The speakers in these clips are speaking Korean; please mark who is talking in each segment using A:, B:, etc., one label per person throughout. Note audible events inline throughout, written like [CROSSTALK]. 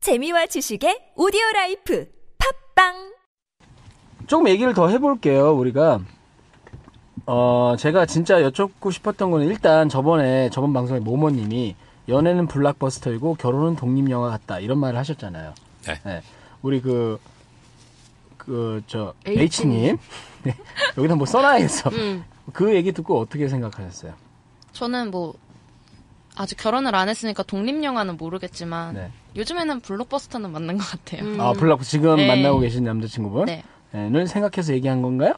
A: 재미와 지식의 오디오 라이프 팝빵
B: 조금 얘기를 더 해볼게요. 우리가 어 제가 진짜 여쭙고 싶었던 거는 일단 저번에 저번 방송에 모모님이 연애는 블락버스터이고 결혼은 독립 영화 같다 이런 말을 하셨잖아요.
C: 네.
B: 우리 그 그 저
D: H 음. 님.
B: H님 네, 여기다 뭐 써놔야겠어. 그 얘기 듣고 어떻게 생각하셨어요?
D: 저는 뭐 아직 결혼을 안 했으니까 독립 영화는 모르겠지만
B: 네.
D: 요즘에는 블록버스터는 맞는 것 같아요.
B: 아 블락 지금
D: 음. 네.
B: 만나고 계신 남자친구분
D: 네.
B: 를 생각해서 얘기한 건가요?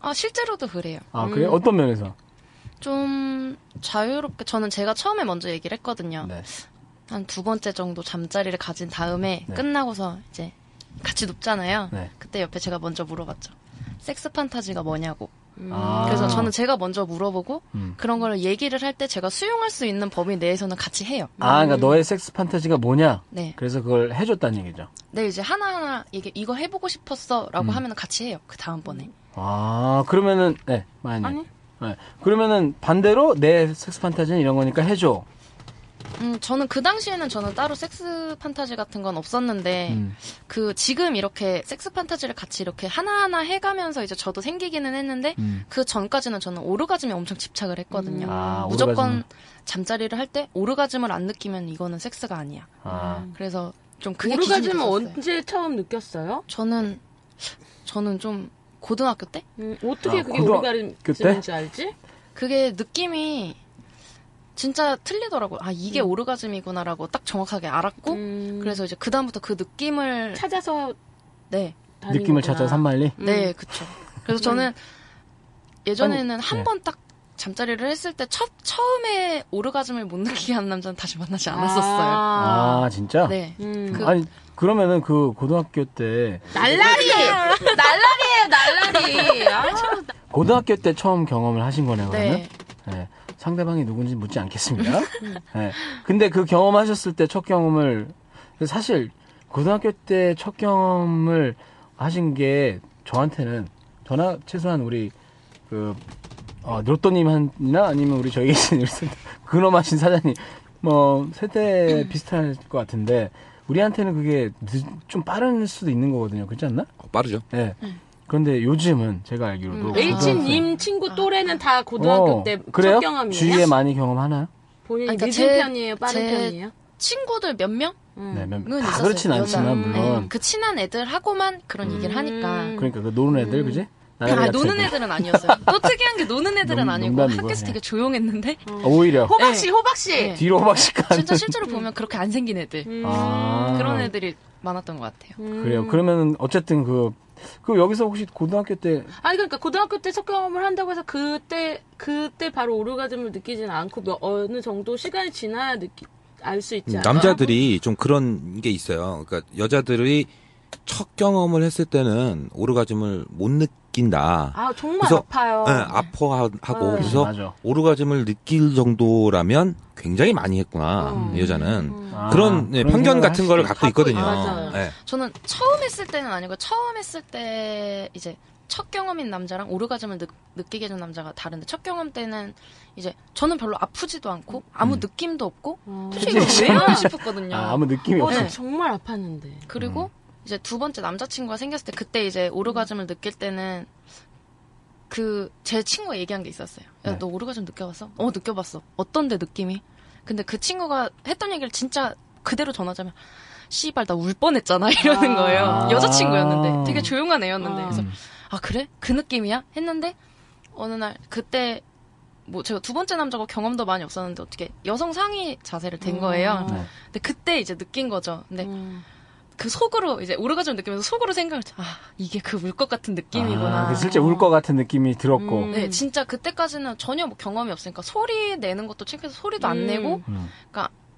D: 아 실제로도 그래요.
B: 아 그래 요 어떤 면에서?
D: 좀 자유롭게 저는 제가 처음에 먼저 얘기를 했거든요.
B: 네.
D: 한 두 번째 정도 잠자리를 가진 다음에
B: 네.
D: 끝나고서 이제 같이 눕잖아요.
B: 네.
D: 그때 옆에 제가 먼저 물어봤죠. 섹스 판타지가 뭐냐고.
B: 아.
D: 그래서 저는 제가 먼저 물어보고
B: 음.
D: 그런 걸 얘기를 할 때 제가 수용할 수 있는 범위 내에서는 같이 해요.
B: 아, 그러니까 너의 섹스 판타지가 뭐냐?
D: 음. 네.
B: 그래서 그걸 해줬다는 얘기죠.
D: 네, 이제 하나하나 이게 이거 해보고 싶었어라고
B: 음.
D: 하면 같이 해요. 그 다음번에.
B: 아, 그러면은, 네, 많이.
D: 아니.
B: 네. 그러면은 반대로 내 섹스 판타지는 이런 거니까 해줘.
D: 음, 저는 그 당시에는 저는 따로 섹스 판타지 같은 건 없었는데
B: 음.
D: 그 지금 이렇게 섹스 판타지를 같이 이렇게 하나하나 해가면서 이제 저도 생기기는 했는데
B: 음.
D: 그 전까지는 저는 오르가즘에 엄청 집착을 했거든요.
B: 아, 오르가즘은.
D: 무조건 잠자리를 할 때 오르가즘을 안 느끼면 이거는 섹스가 아니야.
B: 아,
D: 그래서 좀 그게 기준이
E: 오르가즘은
D: 됐었어요.
E: 언제 처음 느꼈어요?
D: 저는 저는 좀 고등학교 때
E: 음, 어떻게
B: 아,
E: 그게
B: 고등학-
E: 오르가즘인지 알지?
D: 그게 느낌이 진짜 틀리더라고요. 아
B: 음.
D: 이게 오르가즘이구나라고 딱 정확하게 알았고
E: 음,
D: 그래서 이제 그 다음부터 그 느낌을
E: 찾아서
D: 네,
E: 다닌
B: 느낌을
E: 거구나.
B: 찾아 산만리.
E: 음.
D: 네, 그쵸. 그래서 저는 예전에는 한
B: 네.
D: 번 딱 잠자리를 했을 때 첫, 처음에 오르가즘을 못 느끼게 한 남자는 다시 만나지 않았었어요.
B: 아,
E: 아,
B: 진짜?
D: 네.
E: 음.
D: 그-
B: 아니, 그러면은 그 고등학교 때,
E: [LAUGHS] 날라리!
B: 그
E: 날라리예요, 날라리. 아,
B: 고등학교 때 처음 경험을 하신 거네요, 그러면?
D: 네.
B: 네. 상대방이 누군지 묻지 않겠습니다. 네. 근데 그 경험하셨을 때 첫 경험을 사실 고등학교 때 첫 경험을 하신 게 저한테는 저나 최소한 우리 그 어, 로또님이나 아니면 우리 저희 계신 근엄하신 사장님 뭐 세대 비슷할 것 같은데 우리한테는 그게 늦- 좀 빠른 수도 있는 거거든요. 그렇지 않나?
C: 어, 빠르죠.
B: 예. 그런데 요즘은 제가 알기로도 고등학생-
E: 음. H님 친구 또래는 다 고등학교
B: 음. 아. 어,
E: 때
B: 그래요?
E: 첫 경험이에요.
B: 주위에 많이 경험하나요?
E: 본인이
D: 아니, 그러니까
E: 늦은
D: 제-
E: 편이에요, 빠른
D: 제-
E: 편이에요?
D: 친구들 몇 명은
E: 음.
B: 네, 몇, 다
D: 있었어요.
B: 그렇진 않지만
D: 여자.
B: 물론
D: 네, 그 친한 애들하고만 그런 얘기를 하니까.
E: 음.
B: 그러니까 그 노는 애들 그지? 나이
D: 아,
B: 같은
D: 노는 애들은 아니었어요. 또 특이한 게 노는 애들은
B: 농-
D: 아니고
B: 농담이고,
D: 학교에서
B: 예.
D: 되게 조용했는데
B: 아, 오히려
E: 호박씨,
D: 네.
E: 호박씨!
D: 네.
B: 뒤로 막씩 가는
D: 진짜 실제로 보면 그렇게 안 생긴 애들
E: 음.
B: 아,
D: 그런 애들이 많았던 것 같아요.
E: 음.
B: 그래요. 그러면은 어쨌든 그, 그 여기서 혹시 고등학교 때
E: 아니 그러니까 고등학교 때 첫 경험을 한다고 해서 그때 그때 바로 오르가즘을 느끼지는 않고 몇- 어느 정도 시간이 지나야 느끼 알 수
B: 음,
E: 있지 않아요?
C: 음, 남자들이 좀 그런 게 있어요. 그러니까 여자들이 첫 경험을 했을 때는 오르가즘을 못 느낀다.
E: 아 정말
C: 그래서-
E: 아파요.
C: 네, 아퍼하고
E: 네.
C: 그래서
B: 맞아.
C: 오르가즘을 느낄 정도라면 굉장히 많이 했구나
E: 음. 아,
C: 이 여자는
B: 아,
C: 그런, 네, 편견
B: 생각을
C: 같은
B: 하시-
C: 걸 갖고
E: 갖고
C: 있거든요.
E: 있어요.
C: 네.
D: 저는 처음 했을 때는 아니고 처음 했을 때 이제 첫 경험인 남자랑 오르가즘을 느, 느끼게 해준 남자가 다른데 첫 경험 때는 이제 저는 별로 아프지도 않고 아무
B: 음.
D: 느낌도 없고
E: 어.
D: 사실 이거 왜 하고 싶었거든요.
B: 아, 아무 느낌이
E: 어,
B: 없어.
E: 저
D: 네.
E: 정말 아팠는데.
D: 그리고
B: 음.
D: 이제 두 번째 남자친구가 생겼을 때 그때 이제 오르가즘을 느낄 때는 그 제 친구가 얘기한 게 있었어요. 야,
B: 네.
D: 너 오르가즘 느껴봤어? 어, 느껴봤어. 어떤데 느낌이? 근데 그 친구가 했던 얘기를 진짜 그대로 전하자면 씨발 나 울 뻔했잖아 이러는
E: 아.
D: 거예요.
B: 아. 음.
D: 여자친구였는데 되게 조용한 애였는데
E: 아.
D: 그래서 아 그래? 그 느낌이야? 했는데 어느 날 그때 뭐 제가 두 번째 남자고 경험도 많이 없었는데 어떻게 여성 상의 자세를 댄 거예요. 네.
B: 네.
D: 근데 그때 이제 느낀 거죠. 근데
E: 음.
D: 그 속으로 이제 오르가즘 느끼면서 속으로 생각을 했죠. 아 이게 그 울 것 같은
B: 아,
D: 느낌이구나.
B: 그 실제 울 것 같은 느낌이 들었고.
E: 음.
D: 네, 진짜 그때까지는 전혀 뭐 경험이 없으니까 소리 내는 것도 창피해서 소리도 안
E: 음.
D: 내고
B: 음.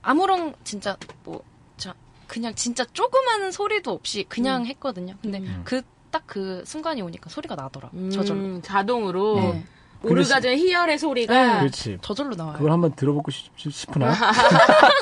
D: 아무런 진짜 뭐 자, 그냥 진짜 조그마한 소리도 없이 그냥 했거든요. 근데
E: 음.
D: 그 딱 그 순간이 오니까 소리가 나더라.
E: 음,
D: 네. 저절로.
E: 자동으로
D: 네.
E: 오르가즘 희열의 소리가
B: 그렇지.
D: 저절로 나와요.
B: 그걸 한번 들어보고 싶, 구나
E: [LAUGHS]
B: [LAUGHS]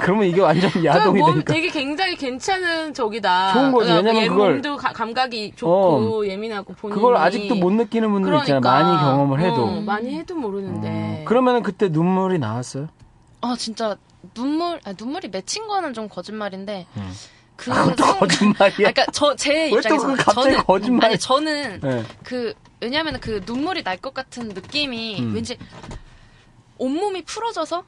B: 그러면 이게 완전 야동이
E: 그몸
B: 되니까.
E: 뭐 되게 굉장히 괜찮은 저기다.
B: 좋은 거지.
E: 그러니까
B: 왜냐면
E: 얘
B: 그걸- 어.
E: 몸도 가- 감각이 좋고 예민하고 본인이 그러니까.
B: 그걸 아직도 못 느끼는 분들 있잖아요. 많이 경험을 해도.
D: 네.
B: 음.
E: 어, 많이 해도 모르는데.
B: 그러면은 그때 눈물이 나왔어요? [LAUGHS]
D: 아 진짜 눈물 아, 눈물이 맺힌 거는 좀 거짓말인데
B: 음.
D: 그
B: 그것도
D: 순간-
B: 거짓말이야.
D: 아, 그러니까 저 제
B: 왜또
D: 입장에서
B: 그 갑자기
D: 저는
B: 거짓말?
D: 아니 저는
B: 네.
D: 그 왜냐하면 그 눈물이 날 것 같은 느낌이
B: 음.
D: 왠지 온몸이 풀어져서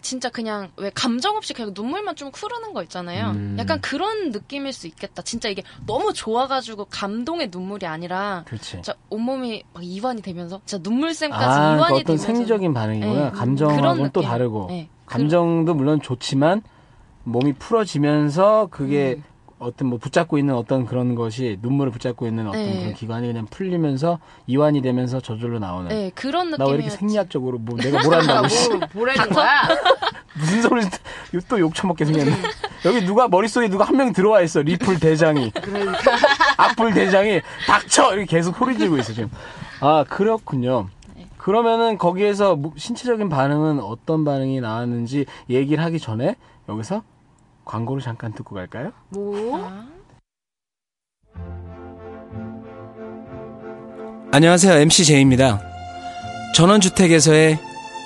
D: 진짜 그냥 왜 감정 없이 그냥 눈물만 좀 흐르는 거 있잖아요.
B: 음.
D: 약간 그런 느낌일 수 있겠다. 진짜 이게 너무 좋아가지고 감동의 눈물이 아니라
B: 그렇지.
D: 진짜 온몸이 막 이완이 되면서 진짜 눈물샘까지
B: 아, 그러니까
D: 이완이
B: 어떤
D: 되면서
B: 생리적인 반응이구나.
D: 네,
B: 감정하고는
D: 그런
B: 또
D: 느낌.
B: 다르고.
D: 네, 그-
B: 감정도 물론 좋지만 몸이 풀어지면서 그게
D: 음.
B: 어떤 뭐 붙잡고 있는 어떤 그런 것이 눈물을 붙잡고 있는 어떤
D: 네.
B: 그런 기관이 그냥 풀리면서 이완이 되면서 저절로 나오는.
D: 네 그런
B: 나 왜
D: 느낌이었지.
B: 이렇게 생리학적으로 뭐 내가 뭘
D: [LAUGHS]
B: 한다고 씨.
E: 뭐, 뭐라는 거야?
B: 무슨 소리 또욕 처먹게 생겼네. 여기 누가 머릿속에 누가 한 명 들어와 있어. 리플 대장이.
E: 그러니까.
B: 악플 대장이 닥쳐 이렇게 계속 소리 지르고 있어 지금. 아 그렇군요. 그러면은 거기에서 무- 신체적인 반응은 어떤 반응이 나왔는지 얘기를 하기 전에 여기서 광고를 잠깐 듣고 갈까요?
E: 뭐?
F: 안녕하세요. MC 제이입니다. 전원주택에서의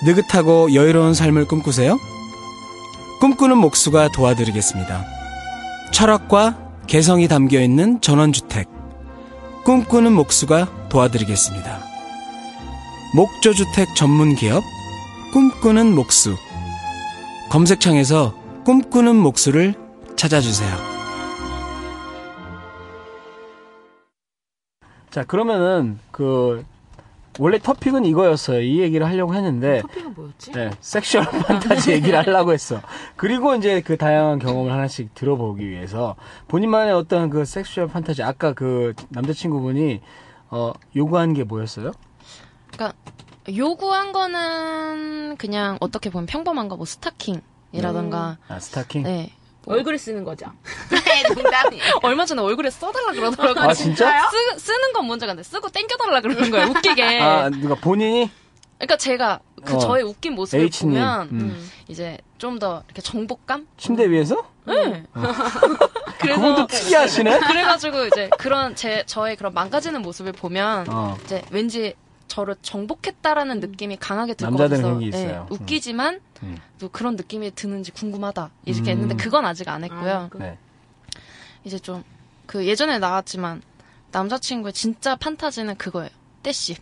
F: 느긋하고 여유로운 삶을 꿈꾸세요? 꿈꾸는 목수가 도와드리겠습니다. 철학과 개성이 담겨 있는 전원주택. 꿈꾸는 목수가 도와드리겠습니다. 목조주택 전문 기업 꿈꾸는 목수. 검색창에서 꿈꾸는 목수를 찾아주세요.
B: 자 그러면은 그 원래 토픽은 이거였어요. 이 얘기를 하려고 했는데
E: 커피가 뭐였지?
B: 네, 섹슈얼
D: [LAUGHS]
B: 판타지 얘기를 하려고 했어. 그리고 이제 그 다양한 경험을 하나씩 들어보기 위해서 본인만의 어떤 그 섹슈얼 판타지 아까 그 남자친구분이 어 요구한 게 뭐였어요?
D: 그러니까 요구한 거는 그냥 어떻게 보면 평범한 거 뭐 스타킹이라던가
B: 아 스타킹.
D: 네.
E: 얼굴에 쓰는 [LAUGHS] 거죠. 네, 농담이에요.
D: 얼마 전에 얼굴에 써달라 그러더라고요.
B: 아, 진짜?
D: 쓰, 쓰는 건 뭔지 안데 쓰고 땡겨달라 그러는 거예요. 웃기게.
B: 아 누가 본인이
D: 그러니까 제가 그
B: 어.
D: 저의 웃긴 모습을
B: H님
D: 보면
B: 음.
D: 이제 좀 더 이렇게 정복감?
B: 침대 위에서?
D: 네.
B: 음. 아. 그분도
D: [LAUGHS] 그래서
B: 특이하시네.
D: 그래가지고 이제 그런 제 저의 그런 망가지는 모습을 보면
B: 어.
D: 이제 왠지 저를 정복했다라는 느낌이 강하게 들것
B: 남자들은 그런
D: 같아서
B: 게 있어요.
D: 예, 웃기지만
B: 음.
D: 또 그런 느낌이 드는지 궁금하다 이렇게
B: 음.
D: 했는데 그건 아직 안 했고요.
B: 네.
D: 이제 좀 그 예전에 나왔지만 남자친구의 진짜 판타지는 그거예요. 떼씹.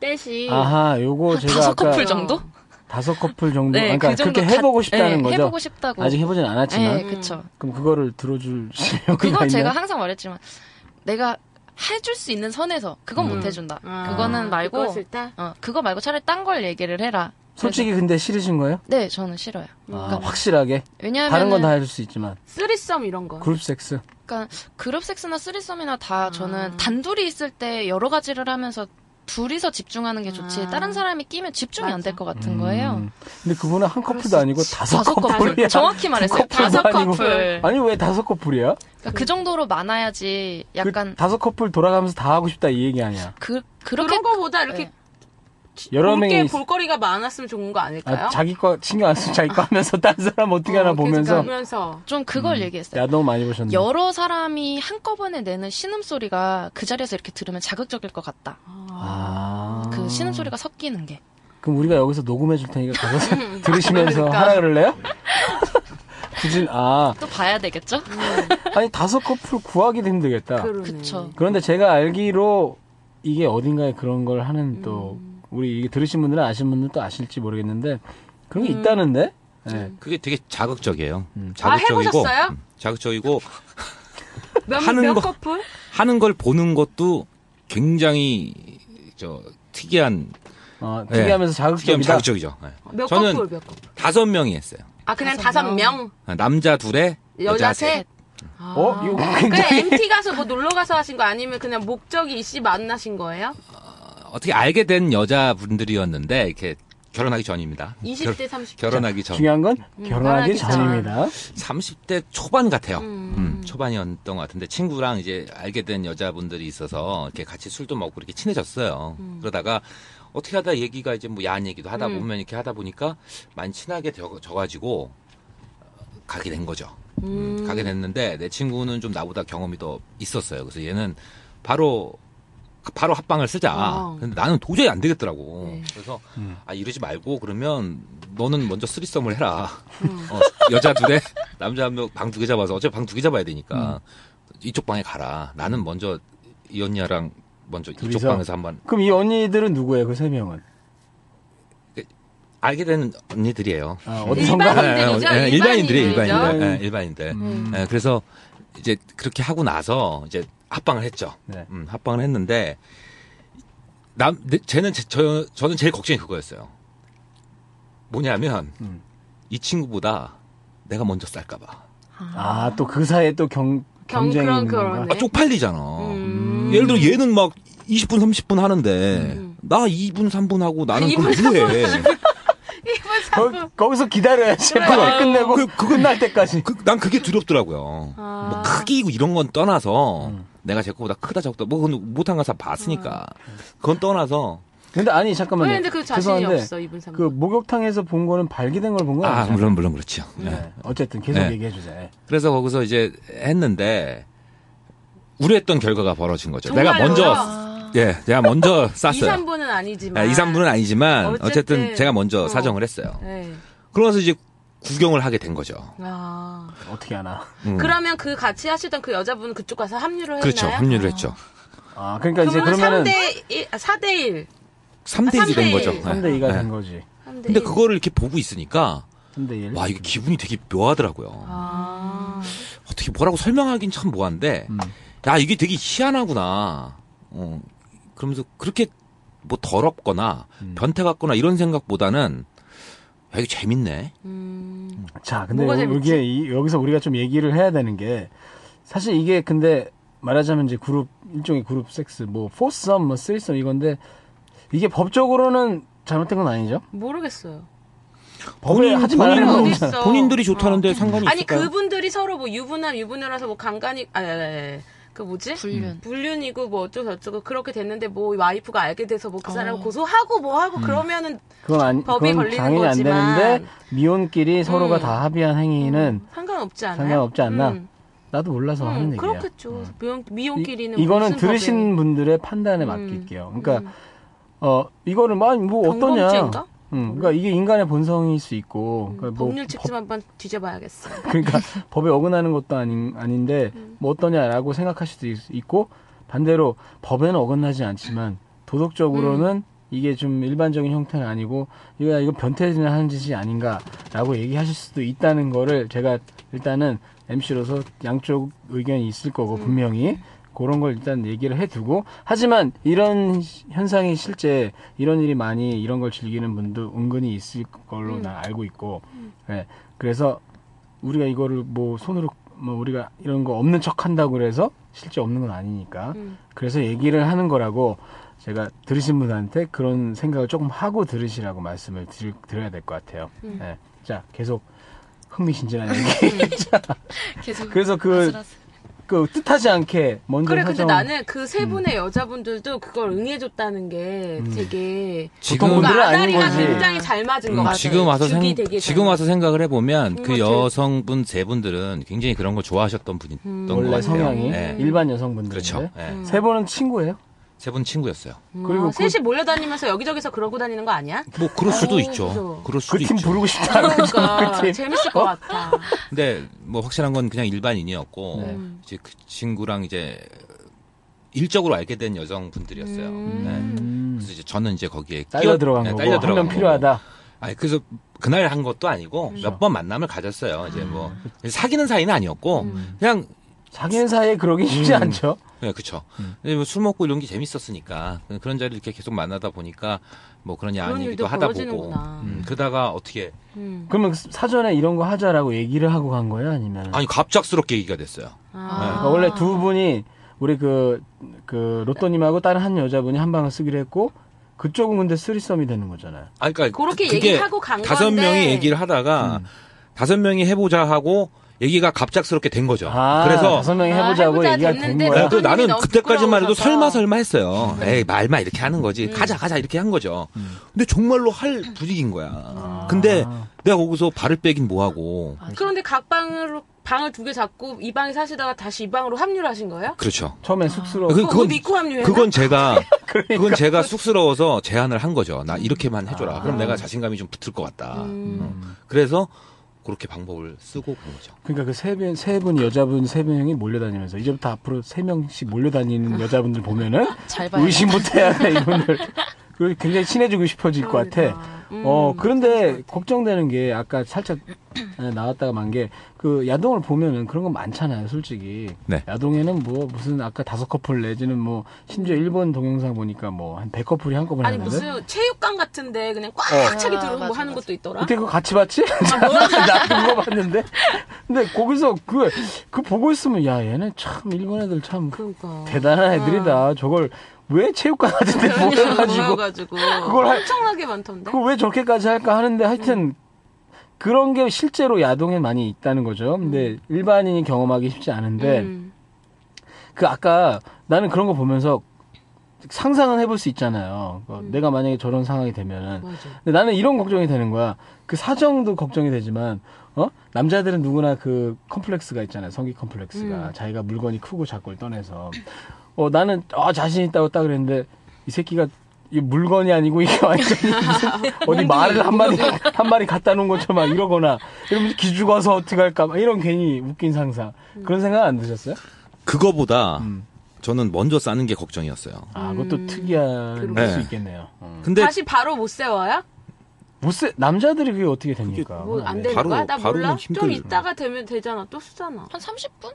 E: 떼시.
B: 아하, 요거 뭐 제가
D: 다섯
B: 아까
D: 커플 정도?
B: 다섯 커플 정도.
D: 네,
B: 그러니까
D: 그 정도
B: 렇게
D: 다-
B: 해보고 싶다는
D: 네,
B: 거죠.
D: 해보고 싶다고.
B: 아직 해보진 않았지만 음.
D: 네, 그쵸.
B: 그럼 그거를 들어줄 여기가
D: 그거
B: 있나요?
D: 제가 항상 말했지만 내가 해줄 수 있는 선에서 그건
B: 음.
D: 못 해준다.
E: 아,
D: 그거는 말고
E: 그거 싫다?
D: 어, 그거 말고 차라리 딴 걸 얘기를 해라.
B: 솔직히 근데 싫으신 거예요?
D: 그래서- 네, 저는 싫어요.
B: 아, 확실하게
D: 왜냐하면
B: 다른 건 다 해줄 수 있지만
E: 쓰리썸 이런 거.
B: 그룹 섹스
D: 그러니까 그룹 섹스나 쓰리썸이나 다
E: 아.
D: 저는 단둘이 있을 때 여러 가지를 하면서 둘이서 집중하는 게 좋지
E: 아.
D: 다른 사람이 끼면 집중이 안 될 것 같은
B: 음.
D: 거예요.
B: 근데 그분은 한 커플도 아니고 다섯,
D: 다섯
B: 커플이야.
D: 커플. 정확히 말했어요.
B: 커플도
D: 다섯
B: 아니고.
D: 커플.
B: 아니 왜 다섯 커플이야?
D: 그러니까 그 정도로 많아야지
B: 그
D: 약간
B: 다섯 커플 돌아가면서 다 하고 싶다 이 얘기 아니야?
D: 그, 그렇게
E: 그런 거보다 이렇게
D: 네.
B: 여러
E: 볼 게
B: 명이 있-
E: 볼거리가 많았으면 좋은 거 아닐까요?
B: 아, 자기 거 신경 안 쓰고 자기 거 하면서 [LAUGHS] 다른 사람 어떻게 하나
D: 어, 계속
B: 보면서
E: 보면서
D: 좀 그걸
B: 음.
D: 얘기했어요.
B: 야동 많이 보셨네.
D: 여러 사람이 한꺼번에 내는 신음소리가 그 자리에서 이렇게 들으면 자극적일 것 같다.
B: 아.
D: 그 신음소리가 섞이는 게.
B: 그럼 우리가 여기서 녹음해 줄 테니까
D: [LAUGHS]
B: 가서 [LAUGHS] 들으시면서
D: 그러니까.
B: 하라 그럴래요? [LAUGHS] 굳이 아
D: 또 봐야 되겠죠?
B: 아니 다섯 커플 구하기도 힘들겠다.
D: 그러니까.
E: 그러네.
D: 그쵸.
B: 그런데 제가 알기로 이게 어딘가에 그런 걸 하는 또
E: 음.
B: 우리 이게 들으신 분들은 아시는 분들은 또 아실지 모르겠는데 그런
E: 음.
B: 게 있다는데 네.
C: 그게 되게 자극적이에요.
B: 음.
E: 아,
C: 자극적이고
E: 해보셨어요?
C: 음, 자극적이고
E: 몇,
C: 하는
E: 몇
C: 거-
E: 커플?
C: 하는 걸 보는 것도 굉장히 저 특이한
B: 어,
C: 네.
B: 특이하면서
C: 특이한
B: 자극적이다.
C: 자극적이죠. 네.
E: 몇
C: 저는
E: 커플? 몇 커플?
C: 다섯 명이 했어요.
E: 아 그냥
D: 다섯
E: 다섯 명,
C: 어, 남자 둘에
E: 여자 셋. 아.
B: 어 이거 굉장히
E: 그래 MT 가서 뭐 놀러 가서 하신 거 아니면 그냥 목적이 이씨 만나신 거예요?
C: 어떻게 알게 된 여자분들이었는데 이렇게 결혼하기 전입니다.
E: 20대 30대
C: 결, 혼하기 전.
B: 중요한 건
E: 음,
B: 결혼하기
E: 결혼하기 전.
B: 전입니다.
C: 30대 초반 같아요.
E: 음.
C: 음, 초반이었던 것 같은데 친구랑 이제 알게 된 여자분들이 있어서 이렇게 같이 술도 먹고 이렇게 친해졌어요. 그러다가 어떻게 하다 얘기가 이제 뭐 야한 얘기도 하다
E: 음.
C: 보면 이렇게 하다 보니까 많이 친하게 되어가지고 가게 된 거죠.
E: 음.
C: 가게 됐는데 내 친구는 좀 나보다 경험이 더 있었어요. 그래서 얘는 바로 바로 합방을 쓰자.
E: 아.
C: 근데 나는 도저히 안 되겠더라고.
E: 네.
C: 그래서
B: 음.
C: 아 이러지 말고 그러면 너는 먼저 쓰리썸을 해라. [LAUGHS] 어, 여자 둘에 남자 한 명 방 두 개 잡아서 어차피 방 두 개 잡아야 되니까
E: 음.
C: 이쪽 방에 가라. 나는 먼저 이 언니랑 먼저 이쪽
B: 둘이서?
C: 방에서 한번
B: 그럼 이 언니들은 누구예요? 그 세 명은?
C: 알게 된 언니들이에요.
B: 아, 어디선가
E: 일반인들이죠?
C: 예, 예, 일반인들이
E: 일반인들이죠?
C: 일반인들 예, 일반인들. 예, 그래서 이제 그렇게 하고 나서 이제 합방을 했죠.
B: 네.
C: 음, 합방을 했는데 남 네, 쟤는 제- 저 저는 제일 걱정이 그거였어요. 뭐냐면
B: 음.
C: 이 친구보다 내가 먼저 쌀까봐.
B: 아 또 그 사이에 또 경,
E: 경-
B: 경쟁이
E: 그런-
B: 있는 건가?
E: 그런-
C: 아,
E: 네.
C: 쪽팔리잖아.
E: 음.
C: 예를 들어 얘는 막 20분 30분 하는데 나 2분 3분 하고 나는 그럼
E: 아, 2분,
C: 후회.
B: 거, 거기서 기다려야지 그거 끝내고
C: 그- 그거-
B: [LAUGHS] 끝날 때까지
C: 그, 난 그게 두렵더라고요.
E: 아.
C: 뭐 크기고 이런 건 떠나서
B: 음.
C: 내가 제 거보다 크다 적다 뭐 그건 못한 거다 봤으니까
E: 아.
C: 그건 떠나서
B: 근데 아니 잠깐만요
E: 왜 근데 그 자신이
B: 죄송한데
E: 없어 이분 삼
B: 그
E: 분
B: 목욕탕에서 본 거는 발기된 걸 본 건
C: 아
B: 아니잖아요
C: 물론 물론 그렇죠. 예.
B: 네. 어쨌든 계속
C: 네.
B: 얘기해 주세요 네.
C: 그래서 거기서 이제 했는데 우려했던 결과가 벌어진 거죠.
E: 정말요?
C: 내가 먼저
D: 아,
C: 예, 내가
E: [LAUGHS]
C: 먼저
E: 2,
C: 쌌어요.
E: 3분은 아니지만.
C: 2, 3분은 아니지만 어쨌든,
E: 어쨌든
C: 제가 먼저
E: 어.
C: 사정을 했어요.
E: 네.
C: 그러면서 이제 구경을 하게 된 거죠.
E: 아.
B: 어떻게 하나
C: 음.
E: 그러면 그 같이 하시던 그 여자분은 그쪽 가서 합류를 했나요?
C: 그렇죠. 합류를 했죠.
B: 아 그러니까 이제
E: 그러면
B: 그러면은
E: 3대 1, 4대 1.
C: 3대 2가
E: 삼대
C: 된
E: 일.
C: 거죠.
B: 삼
C: 예.
B: 대이가
C: 예.
B: 된 거지
C: 근데 그거를 이렇게 보고 있으니까
B: 삼대일
C: 와 이게 기분이 되게 묘하더라고요.
E: 아.
C: 어떻게 뭐라고 설명하긴 참 뭐한데
B: 음.
C: 야 이게 되게 희한하구나. 어, 그러면서 그렇게 뭐 더럽거나
B: 음.
C: 변태 같거나 이런 생각보다는 야 이게 재밌네.
E: 음.
B: 자, 근데
E: 뭐가
B: 여-
E: 재밌지?
B: 여기에 이- 여기서 우리가 좀 얘기를 해야 되는 게 사실 이게 근데 말하자면 이제 그룹 일종의 그룹 섹스 뭐 포썸 뭐 쓰리썸 이건데 이게 법적으로는 잘못된 건 아니죠?
E: 모르겠어요.
B: 법에 하지 말라는 거
E: 본인-
B: 없잖아.
E: 어딨어.
C: 본인들이 좋다는데 상관이
B: 음,
E: 아니
C: 있을까요?
E: 그분들이 서로 뭐 유부남 유부녀라서 뭐 간간이 아그 뭐지?
D: 불륜.
E: 불륜이고 뭐 어쩌고 저쩌고 그렇게 됐는데 뭐 와이프가 알게 돼서 뭐 그 사람 을
D: 어.
E: 고소하고 뭐
B: 음.
E: 하고 그러면은
B: 그건 안
E: 법이
B: 그건
E: 걸리는
B: 당연히 안
E: 거지만.
B: 되는데 미혼끼리 서로가
E: 음.
B: 다 합의한 행위는
E: 상관없지 않아요?
B: 상관없지 않나?
E: 음,
B: 나도 몰라서 하는
E: 음,
B: 얘기야.
E: 그렇겠죠. 미혼 미혼끼리는
B: 이, 거는
E: 무슨 법에.
B: 들으신 분들의 판단에
E: 음.
B: 맡길게요. 그러니까 어 이거를 막뭐 어떠냐?
E: 범죄인가?
B: 음, 그러니까 이게 인간의 본성일 수 있고 그러니까 뭐
E: 법률 직접 한번 뒤져봐야겠어.
B: 그러니까 법에 어긋나는 것도 아닌 아닌데 뭐 어떠냐라고 생각할 수도 있- 있고 반대로 법에는 어긋나지 않지만 도덕적으로는 이게 좀 일반적인 형태는 아니고 이거 야, 이거 변태들이나 하는 짓이 아닌가라고 얘기하실 수도 있다는 거를 제가 일단은 MC로서 양쪽 의견이 있을 거고 분명히 그런 걸 일단 얘기를 해두고 하지만 이런 시- 현상이 실제 이런 일이 많이 이런 걸 즐기는 분도 은근히 있을 걸로 난 알고 있고 예 그래서 우리가 이거를 뭐 손으로 뭐 우리가 이런 거 없는 척 한다고 그래서 실제 없는 건 아니니까
E: 음.
B: 그래서 얘기를 하는 거라고 제가 들으신 분한테 그런 생각을 조금 하고 들으시라고 말씀을 드릴, 드려야 될 것 같아요.
E: 음.
B: 예. 자 계속 흥미진진한
E: [LAUGHS]
B: 얘기.
D: 계속
B: 그래서 그,
D: 아슬아슬.
B: 그 뜻하지 않게 먼저
E: 그래 근데
B: 사정.
E: 나는 그 세 분의 여자분들도 그걸 응해줬다는 게 되게
B: 보통
C: 지금-
B: 분들은
E: 그러니까
B: 음. 아닌
E: 아다리가
B: 거지.
E: 굉장히 잘 맞은 것
C: 음,
E: 같아요.
C: 지금 와서 생,
E: 죽이 되게
C: 지금 와서 생각을 해보면 그
E: 음,
C: 여성분 세 분들은 굉장히 그런 걸 좋아하셨던 분이었던
E: 음.
C: 것
B: 원래
C: 같아요.
B: 성향이
C: 예.
B: 일반 여성분들.
C: 그렇죠. 예.
B: 세 분은 친구예요?
C: 세 분 친구였어요.
E: 그리고
B: 그리고 그-
E: 음. 아, 셋이 몰려다니면서 여기저기서 그러고 다니는 거 아니야?
C: 뭐 그럴 수도
E: 어,
C: 있죠.
E: 무서워.
C: 그럴 수도
B: 그 팀
C: 있죠.
B: 부르고 싶다.
E: 그러니까
B: 그 팀.
E: 재밌을 것 같아.
C: 근데 뭐 확실한 건 그냥 일반인이었고
E: 네.
C: 이제 그 친구랑 이제 일적으로 알게 된 여성분들이었어요. 네.
E: 음.
C: 그래서 이제 저는 이제 거기에
B: 딸려
C: 끼어-
B: 들어간
C: 네,
B: 거고
C: 딸려 들어간
B: 한 명
C: 거고.
B: 필요하다.
C: 아니 그래서 그날 한 것도 아니고
E: 음.
C: 몇 번 만남을 가졌어요. 이제 뭐
B: 아,
C: 사귀는 사이는 아니었고
E: 음.
C: 그냥
B: 자기는 사이에 그러기 쉽지 않죠.
C: 네, 그쵸.
B: 음.
C: 근데 뭐술 먹고 이런 게 재밌었으니까 그런 자리를 이렇게 계속 만나다 보니까 뭐 그런 야한
E: 그런
C: 얘기도
E: 일도
C: 하다 보고
E: 벌어지는구나.
C: 음, 그러다가 어떻게
E: 음.
B: 그러면 사전에 이런 거 하자라고 얘기를 하고 간 거예요? 아니면?
C: 아니 갑작스럽게 얘기가 됐어요.
E: 아.
B: 그러니까 원래 두 분이 우리 그, 그 로또님하고 다른 한 여자분이 한 방을 쓰기로 했고 그쪽은 근데 쓰리썸이 되는 거잖아요.
C: 아, 그러니까
E: 그렇게
C: 그게
E: 얘기를 하고 간
C: 다섯
E: 건데.
C: 명이 얘기를
B: 음.
C: 하다가 다섯 명이 해보자 하고 얘기가 갑작스럽게 된 거죠.
B: 아,
C: 그래서 뭐.
B: 다섯 명이
E: 아,
B: 해보자고
E: 해보자
B: 얘기가 된
E: 됐는데
B: 거야.
E: 또-
C: 그래도 나는
E: 너무
C: 그때까지만 해도
E: 부끄러우셔서. 음.
C: 설마 설마 했어요. 에이
B: 음.
C: 말만
B: 아.
C: 이렇게 하는 거지. 가자 가자 이렇게 한 거죠. 근데 정말로 할 분위기인 거야. 근데 내가 거기서 발을 빼긴 뭐하고.
E: 아, 그런데 각 방으로 방을 두 개 잡고 이 방에 사시다가 다시 이 방으로 합류하신 거예요?
C: 그렇죠.
B: 처음엔 쑥스러워. 그러니까
C: 그-
E: 그거
C: 그건-
E: 옷 입고 합류해요?
C: 그건 제가 그건 제가 쑥스러워서 제안을 한 거죠. 나
B: 음.
C: 이렇게만 해줘라.
B: 아.
C: 그럼 내가 자신감이 좀 붙을 것 같다. 음. 그래서 그렇게 방법을 쓰고 간 거죠.
B: 그러니까 그 세 분, 세 분, 여자분 세 명이 몰려다니면서 이제부터 앞으로 세 명씩 몰려다니는 여자분들 보면은
D: 잘 봐요.
B: 의심부터 해야 돼, 이분들. 그리고 굉장히 친해지고 싶어질 것
E: 그러니까.
B: 같아.
E: 음,
B: 어, 그런데 걱정되는 게 아까 살짝 에, 나왔다가 만 게 그 야동을 보면은 그런 건 많잖아요, 솔직히.
C: 네.
B: 야동에는 뭐 무슨 아까 다섯 커플 내지는 뭐 심지어 일본 동영상 보니까 뭐 한 백 커플이 한꺼번에
E: 아니
B: 하면은
E: 무슨 체육관 같은데 그냥 꽉
B: 어.
E: 차게
D: 아,
E: 들어오고
D: 맞아,
E: 하는
D: 맞아.
E: 것도 있더라.
B: 어떻게 그거 같이 봤지?
E: 아,
B: [LAUGHS] 나 그거 봤는데. 근데 거기서 그, 그 보고 있으면, 야, 얘네 참, 일본 애들 참,
E: 그러니까. 아.
B: 대단한 애들이다. 저걸 왜 체육관 같은데
E: [LAUGHS]
B: 모여가지고,
E: 모여가지고
B: 그걸 할-
E: 엄청나게 많던데. 네.
B: 그걸 왜 저렇게까지 할까 하는데, 하여튼, 그런 게 실제로 야동에 많이 있다는 거죠. 근데 일반인이 경험하기 쉽지 않은데,
E: 음.
B: 그 아까 나는 그런 거 보면서 상상은 해볼 수 있잖아요. 어, 내가 만약에 저런 상황이 되면은.
E: 음. 맞아.
B: 근데 나는 이런 걱정이 되는 거야. 그 사정도 걱정이 되지만, 어? 남자들은 누구나 그 컴플렉스가 있잖아요. 성기
E: 음.
B: 컴플렉스가. 자기가 물건이 크고 작고를 떠내서. 어, 나는, 어, 자신 있다고 딱 그랬는데, 이 새끼가, 이 물건이 아니고, 이게 완전히 무슨
E: [LAUGHS]
B: 어디 말을 한 마리, 한 마리 갖다 놓은 것처럼 막 이러거나, 이러면서 기죽어서 어떡할까, 막 이런 괜히 웃긴 상상.
E: 음.
B: 그런 생각 안 드셨어요?
C: 그거보다
B: 음.
C: 저는 먼저 싸는 게 걱정이었어요.
B: 아, 그것도
E: 음,
B: 특이할
C: 그러게.
B: 수
C: 네.
B: 있겠네요. 음.
C: 근데
E: 다시 바로 못 세워야?
B: 못세, 남자들이 그게 어떻게 네. 됩니까?
E: 뭐 안 되는
C: 아, 네. 바로-
E: 거야? 나
C: 바로는
E: 몰라. 좀
C: 힘들죠.
E: 이따가 되면 되잖아. 또 쓰잖아.
D: 한 30분?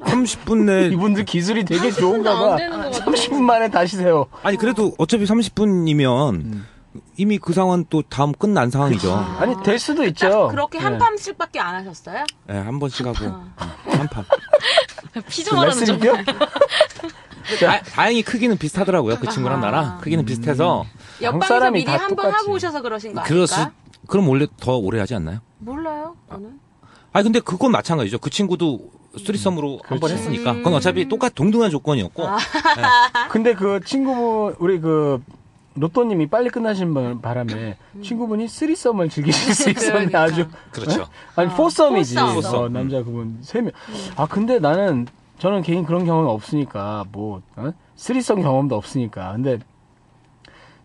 C: 30분
E: [LAUGHS]
C: 내
B: [LAUGHS] 이분들 기술이 되게 좋은가
E: 안
B: 봐.
E: 되는 거 같아.
B: 30분 만에 다시 세요.
C: 아니 그래도 어차피 30분이면
B: 음.
C: 이미 그 상황 또 다음 끝난 상황이죠.
B: 아니 될 수도 있죠.
E: 그렇게
B: 예.
E: 한 팜씩밖에 안 하셨어요?
C: 예, 한 번씩 하고 어, 한 판.
D: 피좀
B: 그
D: 말하는 좀.
B: 레슨이요?
C: 다, 다행히 크기는 비슷하더라고요. 그 친구랑
E: 아.
C: 나랑 크기는 비슷해서
E: 음. 옆방에서
B: 사람이
E: 미리
B: 다
E: 한 번
B: 똑같지.
E: 하고 오셔서 그러신 거
C: 그럴
E: 아닐까?
C: 수- 그럼 원래 더 오래 하지 않나요?
E: 몰라요. 저는.
C: 아니 근데 그건 마찬가지죠. 그 친구도 쓰리썸으로 한 번
B: 음. 그렇지.
C: 했으니까 그건 어차피 똑같 동등한 조건이었고
E: 아.
B: 근데 그 친구분 우리 그 로또님이 빨리 끝나신 바- 바람에 친구분이 쓰리썸을 즐기실 수 있었네
E: 음. 그러니까.
B: 아주. 어?
C: 그렇죠.
B: 아니 포썸이지.
E: 포썸.
B: 어,
C: 포썸. 음.
B: 남자 그분 세 명. 아 근데 나는 저는 개인 그런 경험이 없으니까 뭐 어? 쓰리썸 경험도 없으니까. 근데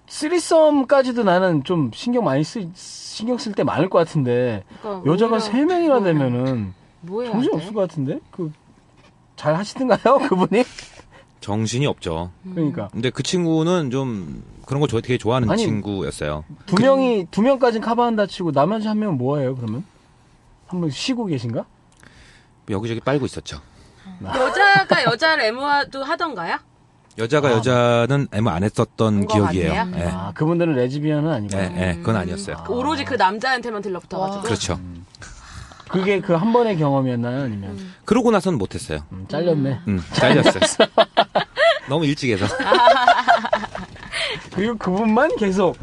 B: 쓰리썸까지도 나는 좀 신경 많이 쓰 신경 쓸 때 많을 것 같은데
E: 그러니까
B: 여자가
E: 오히려
B: 세 명이나 되면은
E: 뭐 해야
B: 정신
E: 돼?
B: 없을 것 같은데 그 잘 하시던가요 [LAUGHS] 그분이?
C: 정신이 없죠.
E: 음.
B: 그러니까
C: 근데 그 친구는 좀 그런 거 저- 되게 좋아하는
B: 아니,
C: 친구였어요.
B: 두 명이 두 명까지 커버한다 치고 나머지 한 명은 뭐해요 그러면? 한 분 쉬고 계신가?
C: 여기저기 빨고 있었죠.
E: 여자가 여자를 애무도 하던가요?
C: 여자가 여자는 애무 뭐 안 했었던
E: 그거
C: 기억이에요.
E: 아니에요? 음.
C: 예.
B: 아 그분들은 레즈비언은 아니고
C: 예, 예, 그건 아니었어요.
E: 오로지 그 남자한테만 들러붙어가지고.
C: 그렇죠.
B: 그게 그 한 번의 경험이었나요 아니면
E: 음.
C: 그러고 나선 못했어요.
B: 음, 잘렸네.
C: 음,
E: [LAUGHS]
C: 잘렸어요. 너무 일찍 해서.
E: 아.
B: 그리고 그분만 계속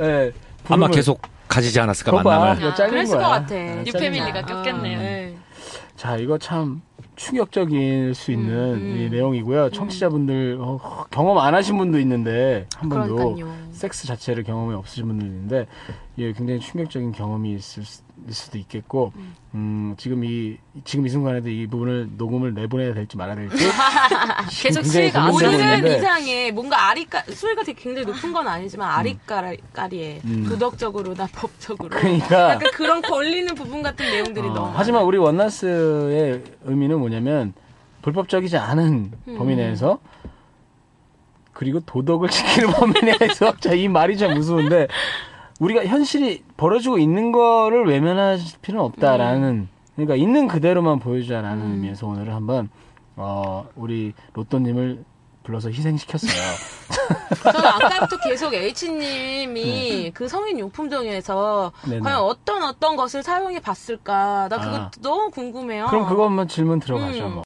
B: 예,
C: 아마
B: 부름을-
C: 계속 가지지 않았을까,
B: 그거 봐,
C: 만남을.
B: 이거 잘린
E: 그랬을
B: 거야.
E: 것 같아.
B: 예,
E: 뉴
B: 잘린
D: 뉴패밀리가
B: 거야.
D: 꼈겠네요.
E: 네.
B: 자, 이거 참 충격적일
D: 음,
B: 수 있는 이 내용이고요. 청취자분들 어, 허, 경험 안 하신 분도 있는데 한 번도
D: 그러니까요.
B: 섹스 자체를 경험이 없으신 분들 있는데 예, 굉장히 충격적인 경험이 있을 수- 있을 수도 있겠고 음, 지금 이 지금 이 순간에도 이 부분을 녹음을 내보내야 될지 말아야
D: [LAUGHS]
B: 될지
D: 계속
B: 굉장히
D: 수위가 안
B: 고민되고
D: 올라가는
E: 우리는
B: 있는데
E: 이상해. 뭔가 아리까 수위가 되게 굉장히 높은 건 아니지만
C: 음.
E: 아리까리에
B: 음.
E: 도덕적으로나 법적으로
D: 아,
B: 그러니까
E: 약간 그런 걸리는 부분 같은 내용들이
C: 아.
B: 어,
E: 너무
B: 하지만 우리 원나스의 의미는 뭐냐면 불법적이지 않은
E: 음.
B: 범위 내에서 그리고 도덕을 [LAUGHS] 지키는 범위 내에서 자 이 말이 참 무서운데 우리가 현실이 벌어지고 있는 거를 외면할 필요는 없다라는
E: 음.
B: 그러니까 있는 그대로만 보여주자라는 의미에서 오늘은 한번 어 우리 로또님을 불러서
E: [LAUGHS]
B: 희생시켰어요.
E: 저는 아까부터 계속 H님이 그 성인 용품점에서
B: 네. 네네.
E: 과연 어떤 어떤 것을 사용해 봤을까 나 그거
B: 아.
E: 너무 궁금해요.
B: 그럼 그것만 질문 들어가죠.
E: 아. 음.
B: 뭐.